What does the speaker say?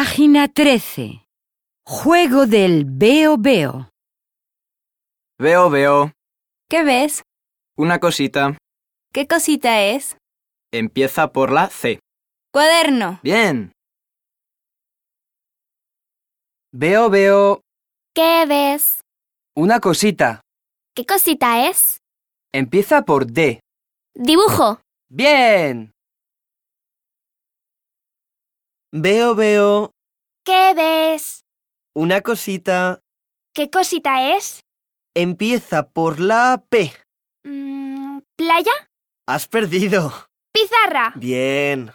Página 13. Juego del veo veo. Veo, veo. ¿Qué ves? Una cosita. ¿Qué cosita es? Empieza por la C. Cuaderno. Bien. Veo, veo. ¿Qué ves? Una cosita. ¿Qué cosita es? Empieza por D. Dibujo. Bien. Veo, veo. ¿Qué ves? Una cosita. ¿Qué cosita es? Empieza por la P. Mm, ¿Playa? Has perdido. ¿Pizarra? Bien.